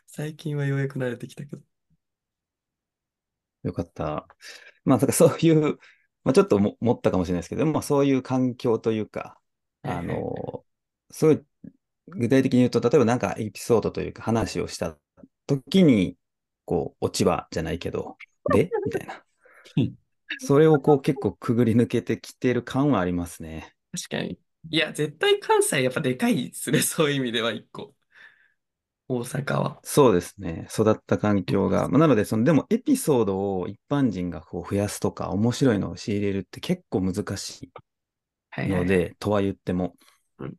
最近はようやく慣れてきたけど。よかった。まあ、だからそういう、まあ、ちょっとも持ったかもしれないですけど、まあ、そういう環境というか、あはいはいの、すごい具体的に言うと、例えばなんかエピソードというか話をした時に、こう、落ち葉じゃない けど、でみたいなうん。それをこう結構くぐり抜けてきてる感はありますね。確かに。いや、絶対関西やっぱでかいですね、 そういう意味では一個。大阪は。そうですね。育った環境が。まあなので、その、でもエピソードを一般人がこう増やすとか、面白いのを仕入れるって結構難しはいいはいはのい。で、とは言ってもうん。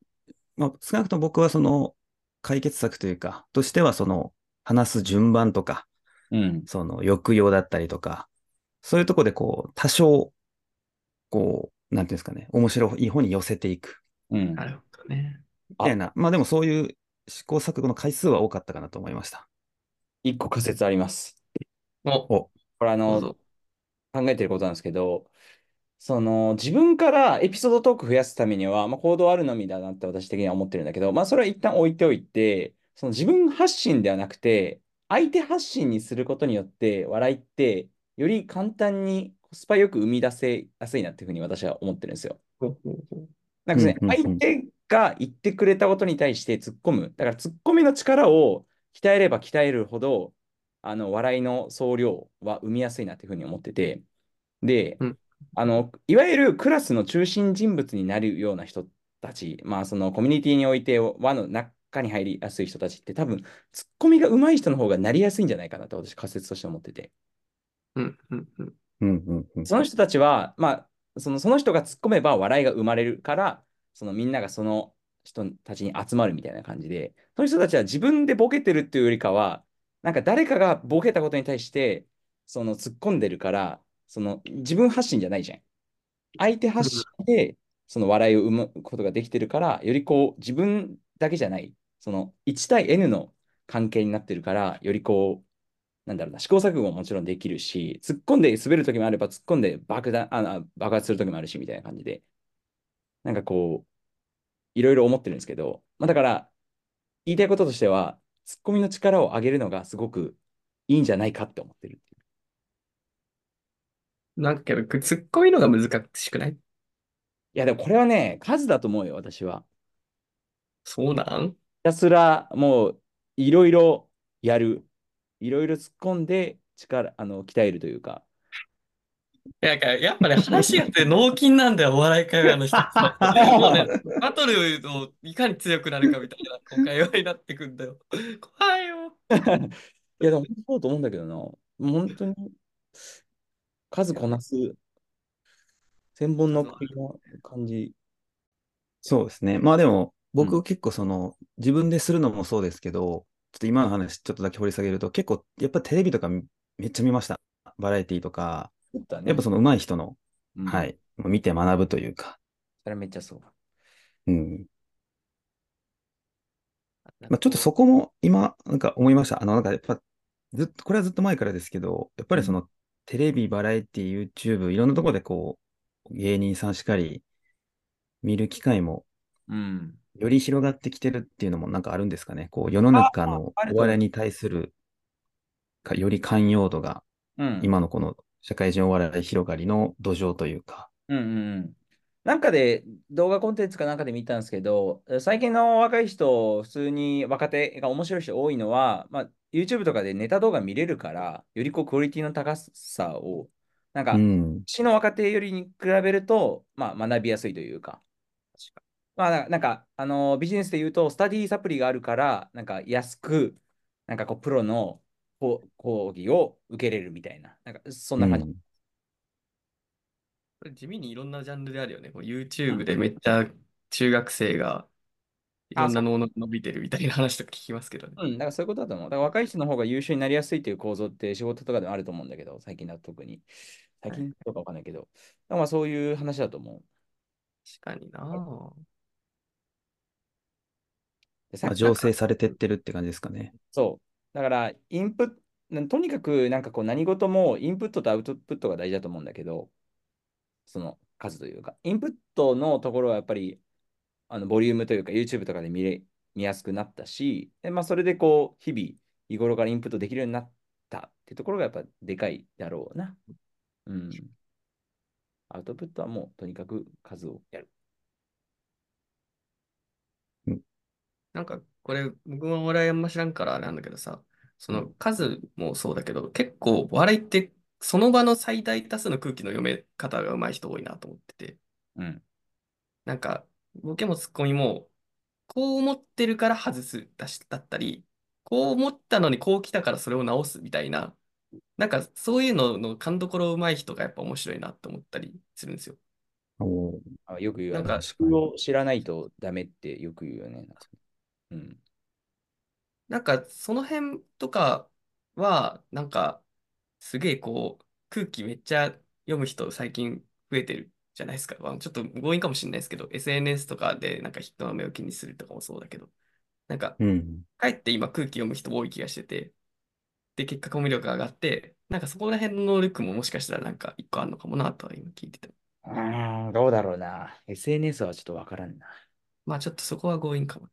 まあ、少なくとも僕はその、解決策というか、としてはその、話す順番とか、うん。その抑揚だったりとか、そういうとこでこう、多少、こう、なんていうんですかね、面白い方に寄せていくうん。なるほどね。みたいな、まあでもそういう試行錯誤の回数は多かったかなと思いました。一個仮説あります。お、これどあのう、ぞ。考えてることなんですけど、その自分からエピソードトーク増やすためには、まあ、行動あるのみだなって私的には思ってるんだけど、まあ、それは一旦置いておいて、その自分発信ではなくて、相手発信にすることによって、笑いってより簡単にコスパよく生み出せやすいなっていうふうに私は思ってるんですよ。ほうほうほうなんかですね、うんうんう相ん手が言ってくれたことに対して突っ込む。だから突っ込みの力を鍛えれば鍛えるほど、あの、笑いの総量は生みやすいなっていうふうに思ってて。でうん、あの、いわゆるクラスの中心人物になるような人たち、まあ、そのコミュニティにおいて輪の中に入りやすい人たちって多分、突っ込みが上手い人の方がなりやすいんじゃないかなと私仮説として思ってて。うん、うん、うん。うんうんうん。その人たちは、まあ、そのその人が突っ込めば笑いが生まれるから、そのみんながその人たちに集まるみたいな感じで、その人たちは自分でボケてるっていうよりかは、なんか誰かがボケたことに対して、その突っ込んでるから、その自分発信じゃないじゃん。相手発信で、その笑いを生むことができてるから、よりこう、自分だけじゃない、その1対 N の関係になってるから、よりこう、なんだろうな、試行錯誤ももちろんできるし、突っ込んで滑るときもあれば、突っ込んで爆弾、あの、爆発するときもあるし、みたいな感じで、なんかこう、いろいろ思ってるんですけど、まあだから、言いたいこととしては、突っ込みの力を上げるのがすごくいいんじゃないかって思ってる。なんかけど、突っ込みのが難しくないいや、でもこれはね、数だと思うよ、私は。そうなんひたすら、もう、いろいろやる。いろいろ突っ込んで、力、あの、鍛えるというか。なんか、やっぱね、話がって脳筋なんだよ、お笑い界隈の人たち は。もうね、バトルをいかに強くなるかみたいな、こう会話になってくんだよ。怖いよ。いや、でも、そうと思うんだけどな。もう本当に、数こなす、千本の首の感じ。そうですね。まあでも、う僕ん結構その、自分でするのもそうですけど、ちょっと今の話ちょっとだけ掘り下げると、結構、やっぱテレビとかめめっちゃ見ました。バラエティとか、やっやっぱその上手い人の、うんは。い、見て学ぶというか、それめっちゃそう。うん。まあ、ちょっとそこも今、なんか思いました。あの、なんかやっぱ、ずっと、これはずっと前からですけど、やっぱりその、テレビ、バラエティ、YouTube、いろんなところでこう、芸人さんしかり、見る機会も、うん。より広がってきてるっていうのもなんかあるんですかね。こう、世の中のああると思うお笑いに対する、かより寛容度が、うん。今のこの社会人お笑い広がりの土壌というか。うんうんうん。なんかで、動画コンテンツかなんかで見たんですけど、最近の若い人、普通に若手が面白い人多いのは、まあ、YouTube とかでネタ動画見れるから、よりこうクオリティの高さを、なんか、うん。市の若手よりに比べると、まあ、学びやすいというか。まあ、ななんか、あのビジネスで言うと、スタディサプリがあるから、なんか安く、なんかこう、プロのこう講義を受けれるみたいな、なんかそんな感じ。うんこれ地味にいろんなジャンルであるよね。こう YouTube でめっちゃ中学生がいろんな能力伸びてるみたいな話とか聞きますけどね。うん、だからそういうことだと思う。だから若い人の方が優秀になりやすいっていう構造って仕事とかでもあると思うんだけど、最近だと特に。最近とかわかんないけど。だからまあそういう話だと思う。確かにな。でさまあ、醸成されてってるって感じですかね。そう。だから、インプット、なとにかく、なんかこう、何事もインプットとアウトプットが大事だと思うんだけど、その数というか、インプットのところはやっぱり、あのボリュームというか、YouTube とかで見れ、見やすくなったし、でまあ、それでこう、日々、日頃からインプットできるようになったってところがやっぱでかいだろうな。うん。アウトプットはもう、とにかく数をやる。なんかこれ、僕もお笑いあんま知らんからあれなんだけどさ、その数もそうだけど、結構お笑いってその場の最大多数の空気の読め方が上手い人多いなと思ってて、うん。なんかボケもツッコミも、こう思ってるから外すだしだったり、こう思ったのにこう来たからそれを直すみたいな、なんかそういうのの勘どころ上手い人がやっぱ面白いなって思ったりするんですよ。おーあよく言う、あのなんか確か理由にを知らないとダメってよく言うよね。なんかうん。なんかその辺とかは、なんか、すげえこう、空気めっちゃ読む人最近増えてるじゃないですか。まあ、ちょっと強引かもしれないですけど、SNS とかでなんか人の目を気にするとかもそうだけど、なんか、うん。かえって今空気読む人多い気がしてて、で、結果コミュ力が上がって、なんかそこら辺の能力ももしかしたらなんか一個あるのかもなとは今聞いてた。うーん、どうだろうな。SNS はちょっとわからんな。まあちょっとそこは強引かも。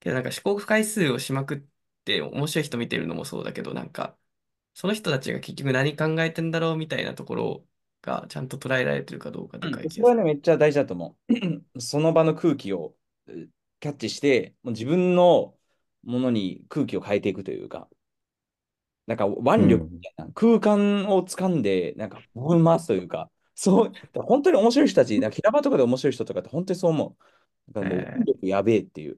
けどなんか試行回数をしまくって面白い人見てるのもそうだけど、なんかその人たちが結局何考えてんだろうみたいなところがちゃんと捉えられてるかどうかでかい気そがすこはる。ね、めっちゃ大事だと思う。 その場の空気をえーキャッチして、もう自分のものに空気を変えていくというか、なんかう腕力みん。たいな、空間を掴んで、なんか振り回すというか、そう、本当に面白い人たち、なんか平場とかで面白い人とかって本当にそう思う。なんかもう、え腕力やべえっていう。ー、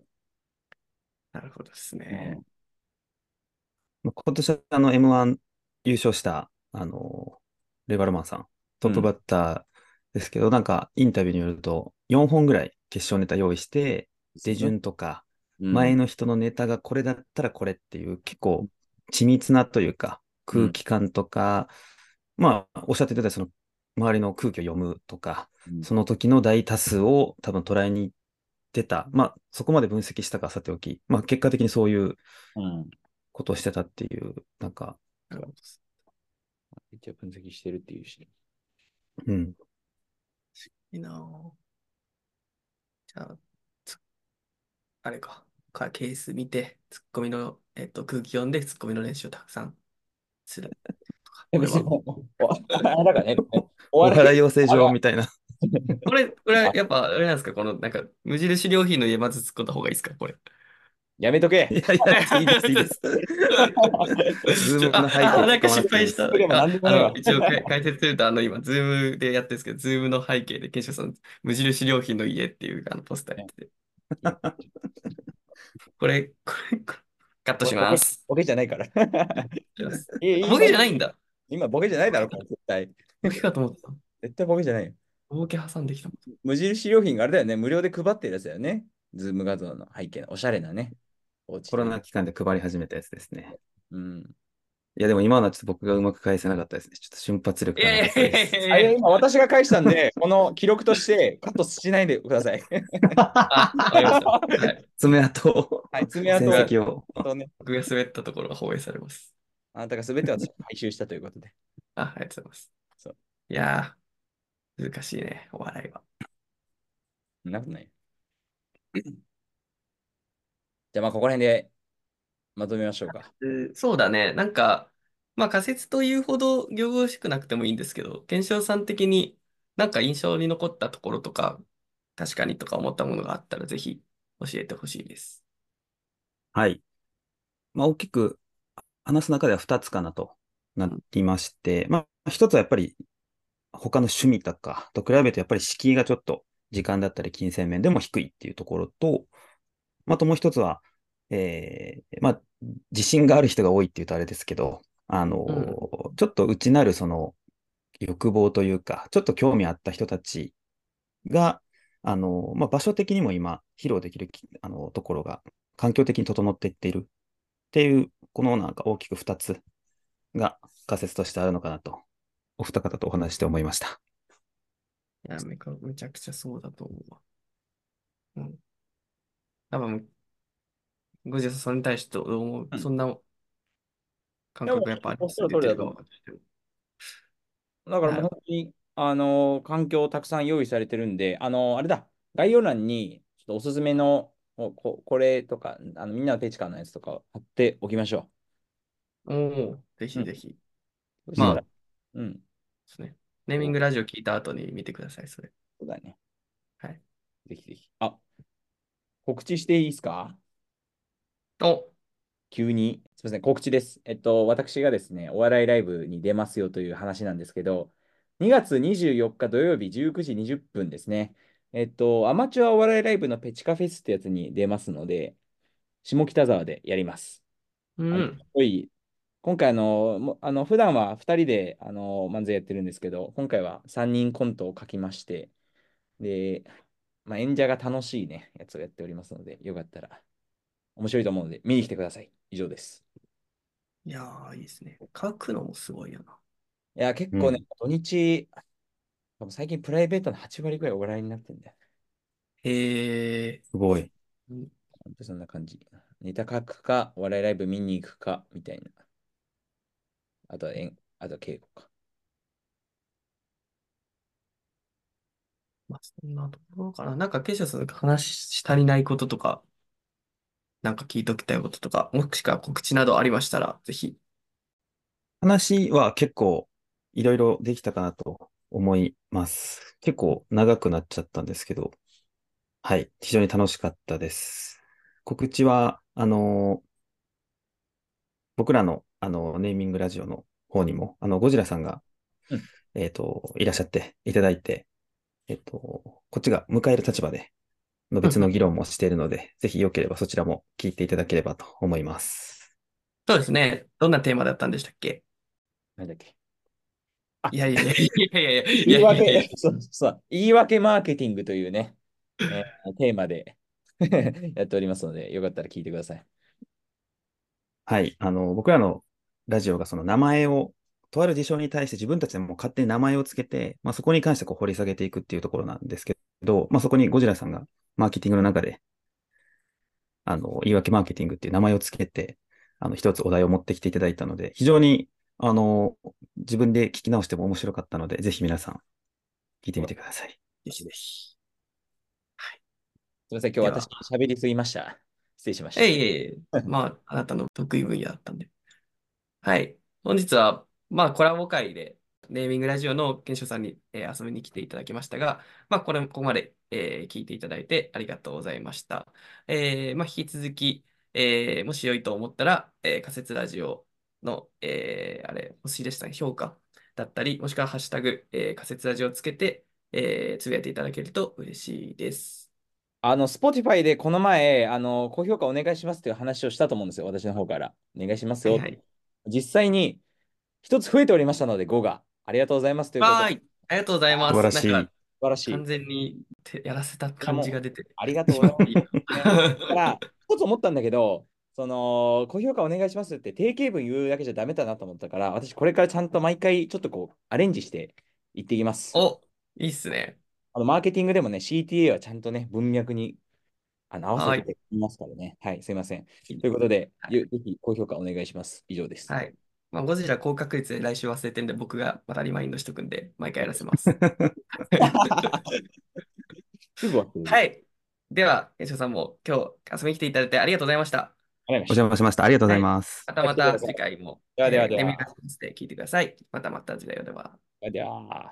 なるほどですうね。ん、まあ今年あの M1 優勝した、あのレバルマンさん、うトップんバッターですけど、なんかインタビューによると、4本ぐらい決勝ネタ用意して、手順とか、う前ん。の人のネタがこれだったらこれっていう、結構緻密なというか、う空ん。気感とか、まあ、おっしゃっていただいたその周りの空気を読むとか、うんその時の大多数を多分捉えに行ってた。まあ、そこまで分析したかはさておき、まあ、結果的にそういううんことをしてたっていう、なんか、なるほどっす一応分析してるっていうし。うん。いいなぁ。じゃあ、つあれか。か、ケース見て、ツッコミの、えっと、空気読んで、ツッコミの練習をたくさんす るとか。え、これ別には。もう、 おあれ だからね、おお笑払いい、養成あれ所は、みたいな。これ、これはやっぱ、あれなんですかこの、なんか、無印良品の家まず突っ込んだ方がいいですかこれ。やめと け。いやいや、いいです、いいです。ズームの背あ、あ、景なんか使失わなくてい敗いでしす。た。それもあ、何でもあないの、わ。一応か解説すると、あの、今、ズームでやってるんですけど、ズームの背景で、ケンショウさん、無印良品の家っていう、あの、ポスターやってて。いやこれ、これ、これカットこれしボまケ、す。ボケじゃないから。しますいやあいいボケじゃな感じ。いんだ。今、ボケじゃないだろ、これ絶対。ボケかと思った。絶対ボケじゃないよ。ボケ挟んできた。無印良品があれだよね、無料で配ってるやつだよね。ズーム画像の背景の、おしゃれなね。お家コロでね。ナ期間で配り始めたやつですね。うん。いや、でも今のはちょっと僕がうまく返せなかったですね。ちょっと瞬発力いがなやかいったやでいやす。いあやいれ、や。今私が返したんで、この記録としてカットしないでください。 あ、わかりました。はい。爪痕を、はい、爪 戦痕を、績を。とね、僕が滑ったところが放映されます。あなたが全て私が回収したということで。あ、ありがとうございます。そう。いやー、難しいね、お笑いは。そんなことないよ。じゃあ、まあ、ここら辺でまとめましょうか。うんそうだね。なんか、まあ仮説というほど仰々しくなくてもいいんですけど、検証さん的になんか印象に残ったところとか、確かにとか思ったものがあったらぜひ教えてほしいです。はい。まあ、大きく話す中では2つかなとなうんりまして、まあ、1つはやっぱり他の趣味とかと比べてやっぱり敷居がちょっと時間だったり金銭面でも低いっていうところと、まあ、あともう一つは、えーまあ、自信がある人が多いっていうとあれですけど、あのうん。ーちょっと内なるその欲望というか、ちょっと興味あった人たちが、あのーまあ、場所的にも今、披露できるきあのーところが、環境的に整っていっているっていう、このなんか大きく2つが仮説としてあるのかなと、お二方とお話しして思いました。いや、めか、めちゃくちゃそうだと思うわ。うん。多分、ゴジラさんに対してどう思う、うん。そんな感でも、覚やっぱありおまっしすゃね、出る通りてだると思側う。としても。だかならもるうほ本当に、あのー環境をたくさん用意されてるんで、あのーあれだ、概要欄に、ちょっとおすすめの、おこ、これとか、あのみんなのページからのやつとかを貼っておきましょど。おお、ぜう。うひん。ぜひ。そしうたまあ、ら、ん。うん。ですね。ネーミングラジオ聞いた後に見てください、それ。そうだね。はい。ぜひぜひ。あ、告知していいですかお、急に。すみません、告知です。えっと、私がですね、お笑いライブに出ますよという話なんですけど、2月24日土曜日19時20分ですね。えっと、アマチュアお笑いライブのペチカフェスってやつに出ますので、下北沢でやります。うあの、ん。おい、今回あの、もあの普段は2人であの漫才やってるんですけど、今回は3人コントを書きまして、で、まあ、演者が楽しいね、やつをやっておりますので、よかったら面白いと思うので、見に来てください。以上です。いやー、いいですね。書くのもすごいよな。いや、結構ね、土日、でも最近プライベートの8割ぐらいお笑いになってんだよ。へえ。すごい。ほんとそんな感じ。ネタ書くか、お笑いライブ見に行くか、みたいな。あとは演、あとは稽古か。まあ、そんなところかな。なんか、ケイシャさん、話し足りないこととか、なんか聞いときたいこととか、もしくは告知などありましたら、ぜひ。話は結構いろいろできたかなと思います。結構長くなっちゃったんですけど、はい、非常に楽しかったです。告知は、あのー僕らの、あのネーミングラジオの方にも、あの、ゴジラさんが、うんえっと、いらっしゃっていただいて、えっと、こっちが迎える立場で、の別の議論もしているので、ぜひよければそちらも聞いていただければと思います。そうですね。どんなテーマだったんでしたっけなんだっけ。いやいやいやいやいやい やいやい言いやいやいや。訳、そうそう、言い訳マーケティングという ね、えーテーマで やっておりますので、よかったら聞いてください。はい。あの、僕らのラジオがその名前を、とある事象に対して自分たちでもう勝手に名前をつけて、まあ、そこに関してこう掘り下げていくっていうところなんですけど、まあ、そこにゴジラさんがマーケティングの中で、あの、言い訳マーケティングっていう名前をつけて、あの、一つお題を持ってきていただいたので、非常に、あの、自分で聞き直しても面白かったので、ぜひ皆さん、聞いてみてください。ぜひぜひ。すみません、今日では私喋りすぎました。失礼しました。えいえいえ、まあ、あなたの得意分野だったんで。はい。本日は、まあ、コラボ会で、ネーミングラジオの賢秀さんに、えー遊びに来ていただきましたが、まあ、これ、ここまで、えー聞いていただいてありがとうございました。えーまあ、引き続き、えーもし良いと思ったら、えー仮説ラジオの、えーあれ、星でしたね、評価だったり、もしくはハッシュタグ、えー仮説ラジオをつけて、えーつぶやいていただけると嬉しいです。あの、Spotify でこの前、あの、高評価お願いしますという話をしたと思うんですよ、私の方から。お願いしますはよ。いはい。実際に、一つ増えておりましたので、5が。ありがとうございますということではーい。ありがとうございます。素晴らしいなんか素晴らしい。完全にてやらせた感じが出てる。ありがとうございます。いいよだから、一つ思ったんだけど、その、高評価お願いしますって定型文言うだけじゃダメだなと思ったから、私これからちゃんと毎回ちょっとこう、アレンジしていっていきます。お、いいっすね。あのマーケティングでもね、CTA はちゃんとね、文脈にあの合わせていますからね。はい、すいません。ということで、はいゆぜひ高評価お願いします。以上です。はい。まあ、ゴジラ高確率で来週忘れてんで、僕がまたリマインドしとくんで、毎回やらせ ます。 すぐ終わってる。。はいい。では、吉野さんも今日遊びに来ていただいてありがとうございました。わかりまおした邪魔しました。ありがとうございます。またまた次回も、ではではではえーレミナスで聞いてください。またまた次回では。ではでは。